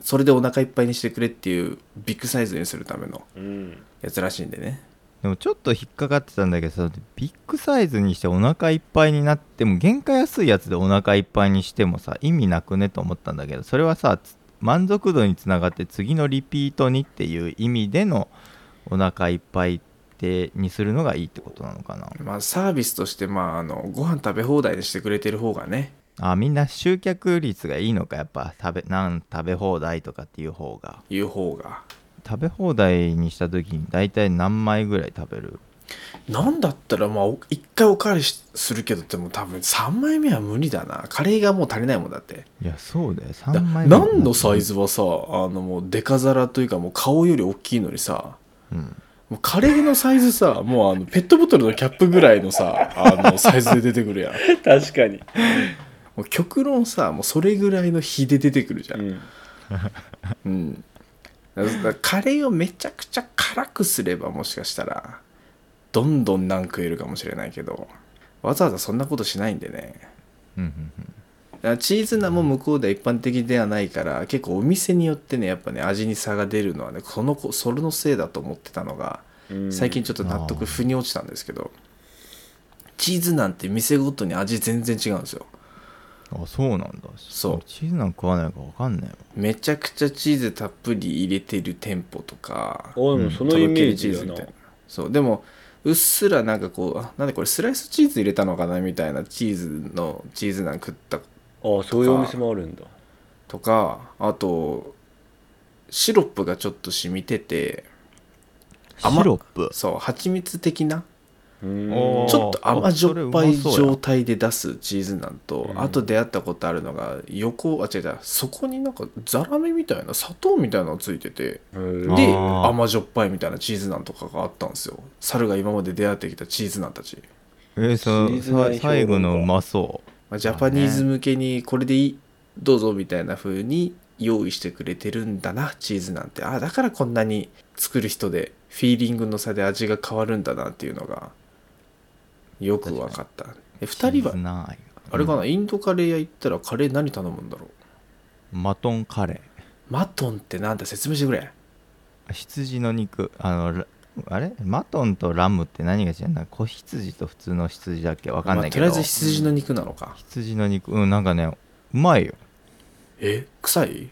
Speaker 2: それでお腹いっぱいにしてくれっていうビッグサイズにするための
Speaker 5: うん
Speaker 2: やつらしいんでね
Speaker 1: でもちょっと引っかかってたんだけどそのビッグサイズにしてお腹いっぱいになっても原価安いやつでお腹いっぱいにしてもさ意味なくねと思ったんだけどそれはさつ満足度につながって次のリピートにっていう意味でのお腹いっぱいってにするのがいいってことなのかな
Speaker 2: まあサービスとしてまああのご飯食べ放題にしてくれてる方がね
Speaker 1: あみんな集客率がいいのかやっぱ食べなん食べ放題とかっていう方が
Speaker 2: いう方が
Speaker 1: 食べ放題にした時に大体何枚ぐらい食べる
Speaker 2: なんだったらまあお一回おかわりしするけどでも多分3枚目は無理だなカレーがもう足りないもんだって
Speaker 1: いやそうだよ
Speaker 2: だ
Speaker 1: 3枚ぐらい
Speaker 2: 何のサイズはさあのもうデカ皿というかもう顔より大きいのにさ
Speaker 1: うん
Speaker 2: もうカレーのサイズさもうあのペットボトルのキャップぐらいのさあのサイズで出てくるやん
Speaker 5: 確かに、
Speaker 2: もう極論さもうそれぐらいの火で出てくるじゃ、
Speaker 5: うんん、
Speaker 2: うん、だからカレーをめちゃくちゃ辛くすればもしかしたらどんどん何食えるかもしれないけどわざわざそんなことしないんでね
Speaker 1: うんうんうん
Speaker 2: だからチーズナンも向こうでは一般的ではないから結構お店によってねやっぱね味に差が出るのはねこの子それのせいだと思ってたのが
Speaker 5: うん
Speaker 2: 最近ちょっと納得腑に落ちたんですけどチーズナンって店ごとに味全然違うんですよ
Speaker 1: あそうなんだ
Speaker 2: そう
Speaker 1: チーズなんか食わないか分かんないわ
Speaker 2: めちゃくちゃチーズたっぷり入れてる店舗とか
Speaker 5: 俺もそのイメージだ
Speaker 2: とろけるチズみた
Speaker 5: な、
Speaker 2: いなそうでもうっすらなんかこうあなんでこれスライスチーズ入れたのかなみたいなチーズのチーズナン食った
Speaker 5: ああそういうお店もあるんだ
Speaker 2: とかあとシロップがちょっと染みてて甘
Speaker 1: シロップ
Speaker 2: そう蜂蜜的な
Speaker 5: うん
Speaker 1: おー
Speaker 2: ちょっと甘じょっぱい
Speaker 1: それうまそうや
Speaker 2: 状態で出すチーズナンとあと出会ったことあるのが横あ違う違うそこになんかザラメみたいな砂糖みたいなのがついてて
Speaker 5: うん
Speaker 1: あ
Speaker 2: で
Speaker 1: ー
Speaker 2: 甘じょっぱいみたいなチーズナンとかがあったんですよ猿が今まで出会ってきたチーズナンたち
Speaker 1: えー、そ
Speaker 2: シリーズ
Speaker 1: さ
Speaker 2: 内評論家
Speaker 1: 最後のうまそ
Speaker 2: まあ、ジャパニーズ向けにこれでいいどうぞみたいな風に用意してくれてるんだなチーズなんてああだからこんなに作る人でフィーリングの差で味が変わるんだなっていうのがよく分かった
Speaker 1: う
Speaker 2: え2人
Speaker 1: チーズ
Speaker 2: は
Speaker 1: ない
Speaker 2: あれかな、インドカレー屋行ったらカレー何頼むんだろう
Speaker 1: マトンカレ
Speaker 2: マトンってなんだ説明してくれ
Speaker 1: ー羊の肉あのラあれマトンとラムって何が違うんだ子羊と普通の羊だっけわかんないけど、
Speaker 2: まあとりあえず羊の肉なのか、
Speaker 1: 羊の肉うんなんかねうまいよ
Speaker 2: え臭い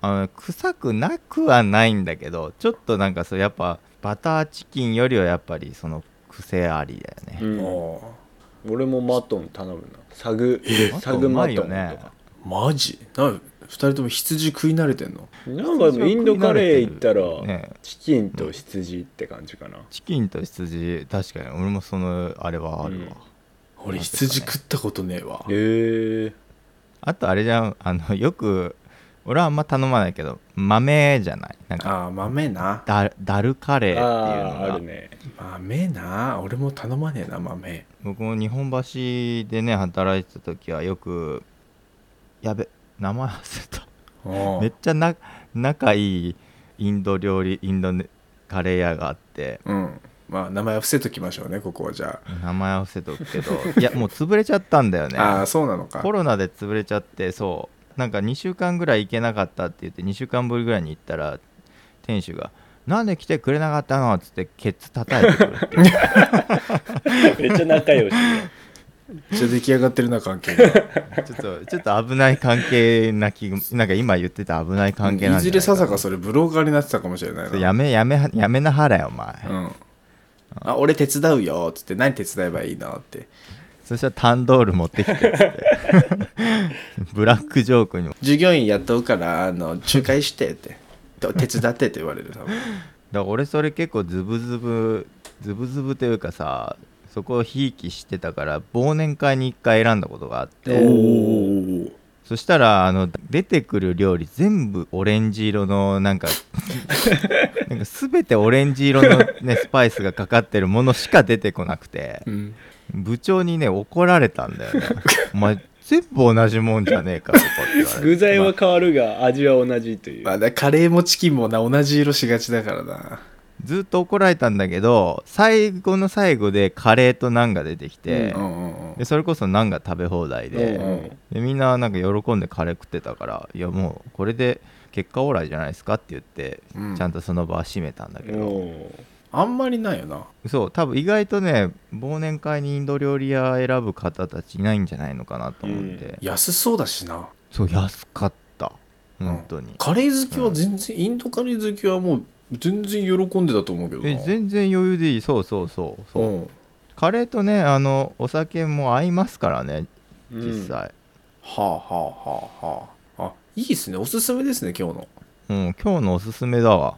Speaker 1: あの臭くなくはないんだけどちょっとなんかそうやっぱバターチキンよりはやっぱりその癖ありだよ
Speaker 5: う
Speaker 1: ね、
Speaker 2: あ
Speaker 5: ん、
Speaker 2: ー
Speaker 5: 俺もマトン頼むなサグ
Speaker 1: マ
Speaker 5: サ
Speaker 1: トン
Speaker 5: グ
Speaker 1: うま
Speaker 5: マトン
Speaker 1: い
Speaker 5: と
Speaker 1: よ
Speaker 5: か、
Speaker 1: ね
Speaker 2: マジな2人とも羊食い慣れてんの
Speaker 5: なんかでもインドカレー行ったら
Speaker 1: ね
Speaker 5: チキンと羊って感じかな、
Speaker 1: チキンと羊確かに俺もそのあれはあるわ、
Speaker 5: うん
Speaker 2: 俺羊食ったことねえわ
Speaker 5: へえ
Speaker 1: あとあれじゃんあのよく俺はあんま頼まないけど豆じゃないなんか
Speaker 2: ああ豆な
Speaker 1: だダルカレーっていう
Speaker 5: あ
Speaker 1: の
Speaker 5: あー
Speaker 1: が
Speaker 5: あるね
Speaker 2: 豆な俺も頼まねえな豆
Speaker 1: 僕も日本橋でね働いてた時はよくやべ名前忘れためっちゃな仲いいインド料理インドねカレー屋があって
Speaker 2: うんまあ名前は伏せときましょうねここはじゃ
Speaker 1: 名前は伏せとくけど いやもう潰れちゃったんだよ
Speaker 2: あ、
Speaker 1: ね
Speaker 2: ああそうなのか
Speaker 1: コロナで潰れちゃってそうなんか2週間ぐらい行けなかったって言って2週間ぶりぐらいに行ったら店主が「なんで来てくれなかったの?」っつってケツ叩いてくる っていう
Speaker 5: めっちゃ仲良しね
Speaker 2: じゃあ出来上がってるな関係が
Speaker 1: ちょっとちょっと危ない関係な気がなんか今言ってた危ない関係なん
Speaker 2: い
Speaker 1: じゃない
Speaker 2: ずれ
Speaker 1: か
Speaker 2: ささ
Speaker 1: と
Speaker 2: かそれブローカーになってたかもしれない
Speaker 1: そう
Speaker 2: な
Speaker 1: やめやめやめなはれよお前、
Speaker 2: うんあ俺手伝うよっつって何手伝えばいいのって
Speaker 1: そしたらタンドール持ってきてっつってブラックジョークにも
Speaker 2: 従業員雇うからあの仲介してってと手伝ってって言われる多分
Speaker 1: だから俺それ結構ズブズブズブズブというかさそこをひいきしてたから忘年会に一回選んだことがあって
Speaker 2: お
Speaker 1: そしたらあの出てくる料理全部オレンジ色のなんかなんか全てオレンジ色の、ね、スパイスがかかってるものしか出てこなくて
Speaker 2: うん
Speaker 1: 部長にね怒られたんだよねお前全部同じもんじゃねえかとかって言われて
Speaker 5: 具材は変わるが味は同じという、
Speaker 2: まあ、だカレーもチキンもな同じ色しがちだからな
Speaker 1: ずっと怒られたんだけど最後の最後でカレーとナンが出てきて、
Speaker 2: うんうんうん
Speaker 1: でそれこそナンが食べ放題で,、
Speaker 5: うんうん
Speaker 1: でみんななんか喜んでカレー食ってたからいやもうこれで結果オーライじゃないですかって言って、
Speaker 2: うん
Speaker 1: ちゃんとその場は閉めたんだけど、
Speaker 5: お
Speaker 2: あんまりないよな
Speaker 1: そう多分意外とね忘年会にインド料理屋選ぶ方たちいないんじゃないのかなと思って、
Speaker 5: うん
Speaker 2: 安そうだしな
Speaker 1: そう安かった本当に、
Speaker 2: カレー好きは全然、インドカレー好きはもう全然喜んでたと思うけどな
Speaker 1: え全然余裕でいいそうそうそうそう、
Speaker 2: うん
Speaker 1: カレーとねあのお酒も合いますからね
Speaker 5: ーうん
Speaker 1: 実際、
Speaker 2: はあはあはあはああいいっすねおすすめですね今日の
Speaker 1: うん、今日のおすすめだわ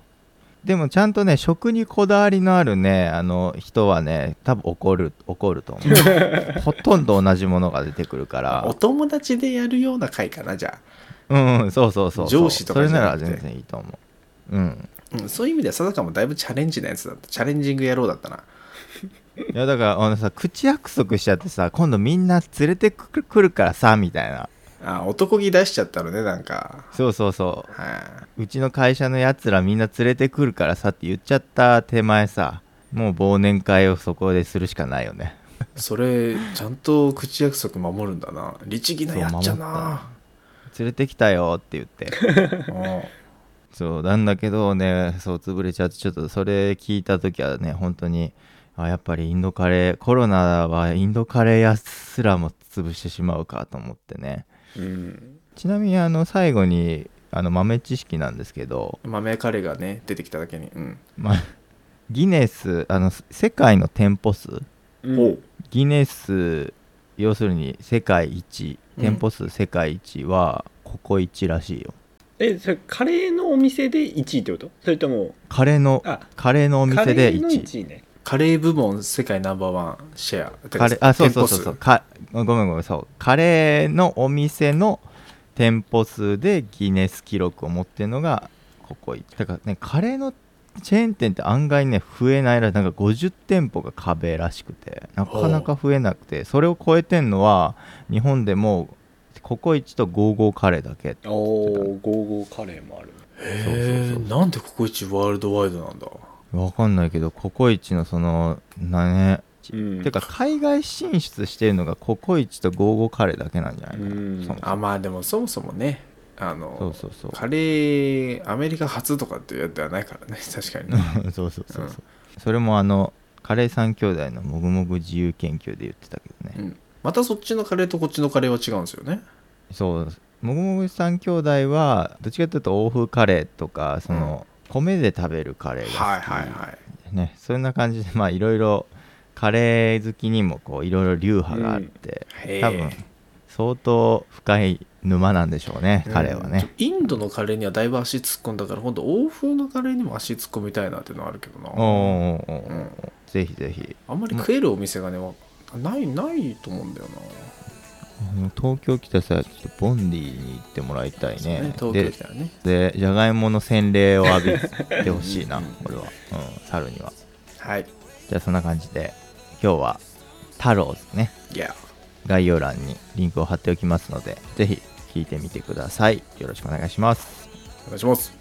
Speaker 1: でもちゃんとね食にこだわりのあるねあの人はね多分怒る怒ると思うほとんど同じものが出てくるか
Speaker 2: お
Speaker 1: ら
Speaker 2: 友達でやるような回かなじゃ
Speaker 1: うん、うん、そうそうそうそう
Speaker 2: 上司とか
Speaker 1: そ
Speaker 2: じ
Speaker 1: れ
Speaker 2: ゃ
Speaker 1: な
Speaker 2: な
Speaker 1: ら
Speaker 2: くて
Speaker 1: 全然いいと思ううん
Speaker 2: あ、うん、そういう意味ではさだかもだいぶチャレンジなやつだったチャレンジング野郎だったない
Speaker 1: やだからあのさ口約束しちゃってさ今度みんな連れてくるくるからさみたいな
Speaker 2: あ男気出しちゃったのねなんか
Speaker 1: そうそうそ
Speaker 2: はあ
Speaker 1: ううちの会社のやつらみんな連れてくるからさって言っちゃった手前さもう忘年会をそこでするしかないよね
Speaker 2: それちゃんと口約束守るんだな律儀なやっちゃな
Speaker 1: 連れてきたよって言 って
Speaker 2: うん
Speaker 1: そうなんだけどねそう潰れちゃってちょっとそれ聞いた時はね本当にあやっぱりインドカレーコロナはインドカレー屋すらも潰してしまうかと思ってね
Speaker 5: うん
Speaker 1: ちなみにあの最後にあの豆知識なんですけど、
Speaker 2: 豆カレーがね出てきただけにうん
Speaker 1: まあ、ギネスあの世界の店舗数
Speaker 5: うん
Speaker 1: ギネス要するに世界一
Speaker 2: うん
Speaker 1: 店舗数世界一はここ一らしいよ、
Speaker 5: えそれカレーのお店で1位ってことそれとも
Speaker 1: カレーの
Speaker 5: あ
Speaker 1: カレーのお
Speaker 5: カ
Speaker 1: 店
Speaker 5: レ
Speaker 1: で
Speaker 5: ーの
Speaker 1: 1位
Speaker 5: 1位ね
Speaker 2: カレー部門世界ナンバーワンシェアてか
Speaker 1: カレーあそうそうそう
Speaker 2: 店
Speaker 1: そ
Speaker 2: 舗
Speaker 1: うかごめんごめんそうカレーのお店の店舗数でギネス記録を持ってるのがここいだからねカレーのチェーン店って案外ね増えないらしいなんか50店舗が壁らしくてなかなか増えなくてそれを超えてんのは日本でもココイチとゴーゴーカレーだけって
Speaker 5: おおゴーゴーカレーもある
Speaker 2: へえなんでココイチワールドワイドなんだ
Speaker 1: わかんないけどココイチのそのなね、
Speaker 5: うん
Speaker 1: てか海外進出してるのがココイチとゴーゴーカレーだけなんじゃないかな、
Speaker 5: うん
Speaker 1: そもそも
Speaker 2: あまあでもそもそもねあの
Speaker 1: そうそうそう
Speaker 2: カレーアメリカ初とかってやつではないからね確かに ね
Speaker 1: そうそうそうそう、
Speaker 2: うん
Speaker 1: それもあのカレー三兄弟のもぐもぐ自由研究で言ってたけどね、
Speaker 2: うんまたそっちのカレーとこっちのカレーは違うんですよね
Speaker 1: そうもぐもぐ三兄弟はどっちかというと欧風カレーとかその、米で食べるカレーが好き、
Speaker 2: はいはいはい
Speaker 1: ねそんな感じでまあいろいろカレー好きにもこういろいろ流派があって、
Speaker 2: へえ
Speaker 1: 多分相当深い沼なんでしょうね、
Speaker 2: うん
Speaker 1: カレーはね
Speaker 2: インドのカレーにはだいぶ足突っ込んだから今度欧風のカレーにも足突っ込みたいなっていうのはあるけどな
Speaker 1: おーおーおーおー
Speaker 2: うん
Speaker 1: ぜひぜひ
Speaker 2: あんまり食えるお店がねわないないと思うんだよな
Speaker 1: あの東京来た際ちょっとボンディに行ってもらいたい
Speaker 2: そう
Speaker 1: ね
Speaker 2: ね東京
Speaker 1: で
Speaker 2: 来たらね
Speaker 1: でじゃがいもの洗礼を浴びてほしいな
Speaker 2: うんうん
Speaker 1: 俺は、うん、猿には
Speaker 2: はい
Speaker 1: じゃあそんな感じで今日は太郎ですね
Speaker 2: いや
Speaker 1: 概要欄にリンクを貼っておきますのでぜひ聞いてみてくださいよろしくお願いします
Speaker 2: お願いします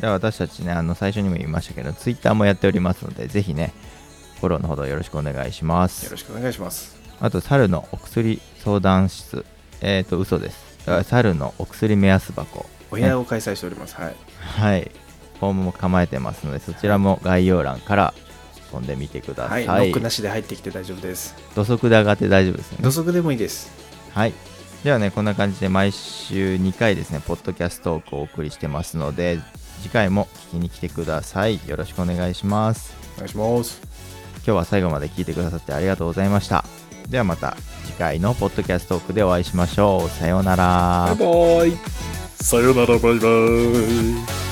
Speaker 1: では私たちねあの最初にも言いましたけど Twitter もやっておりますのでぜひねフォローのほどよろしくお願いしま
Speaker 2: よ
Speaker 1: す
Speaker 2: ろしくお願いします
Speaker 1: あと猿のお薬相談室えっ、ー、と嘘ですだから猿のお薬目安箱
Speaker 2: お部屋を開催しておりますはい
Speaker 1: はい、フォームも構えてますので、そちらも概要欄から飛んでみてくださ。
Speaker 2: はいい、ノックなしで入ってきて大丈夫です
Speaker 1: 土足で上がって大丈夫ですよ
Speaker 2: 土
Speaker 1: ね。
Speaker 2: 足でもいいです
Speaker 1: はい。ではね、こんな感じで毎週2回ですね、ポッドキャストトークをお送りしてますので、次回も聞きに来てください。よろしくお願いします。
Speaker 2: お願いします
Speaker 1: 今日は最後まで聞いてくださってありがとうございました。ではまた次回のポッドキャストトークでお会いしましょう。さようなら。
Speaker 5: バイバイ
Speaker 3: さよならバイバイ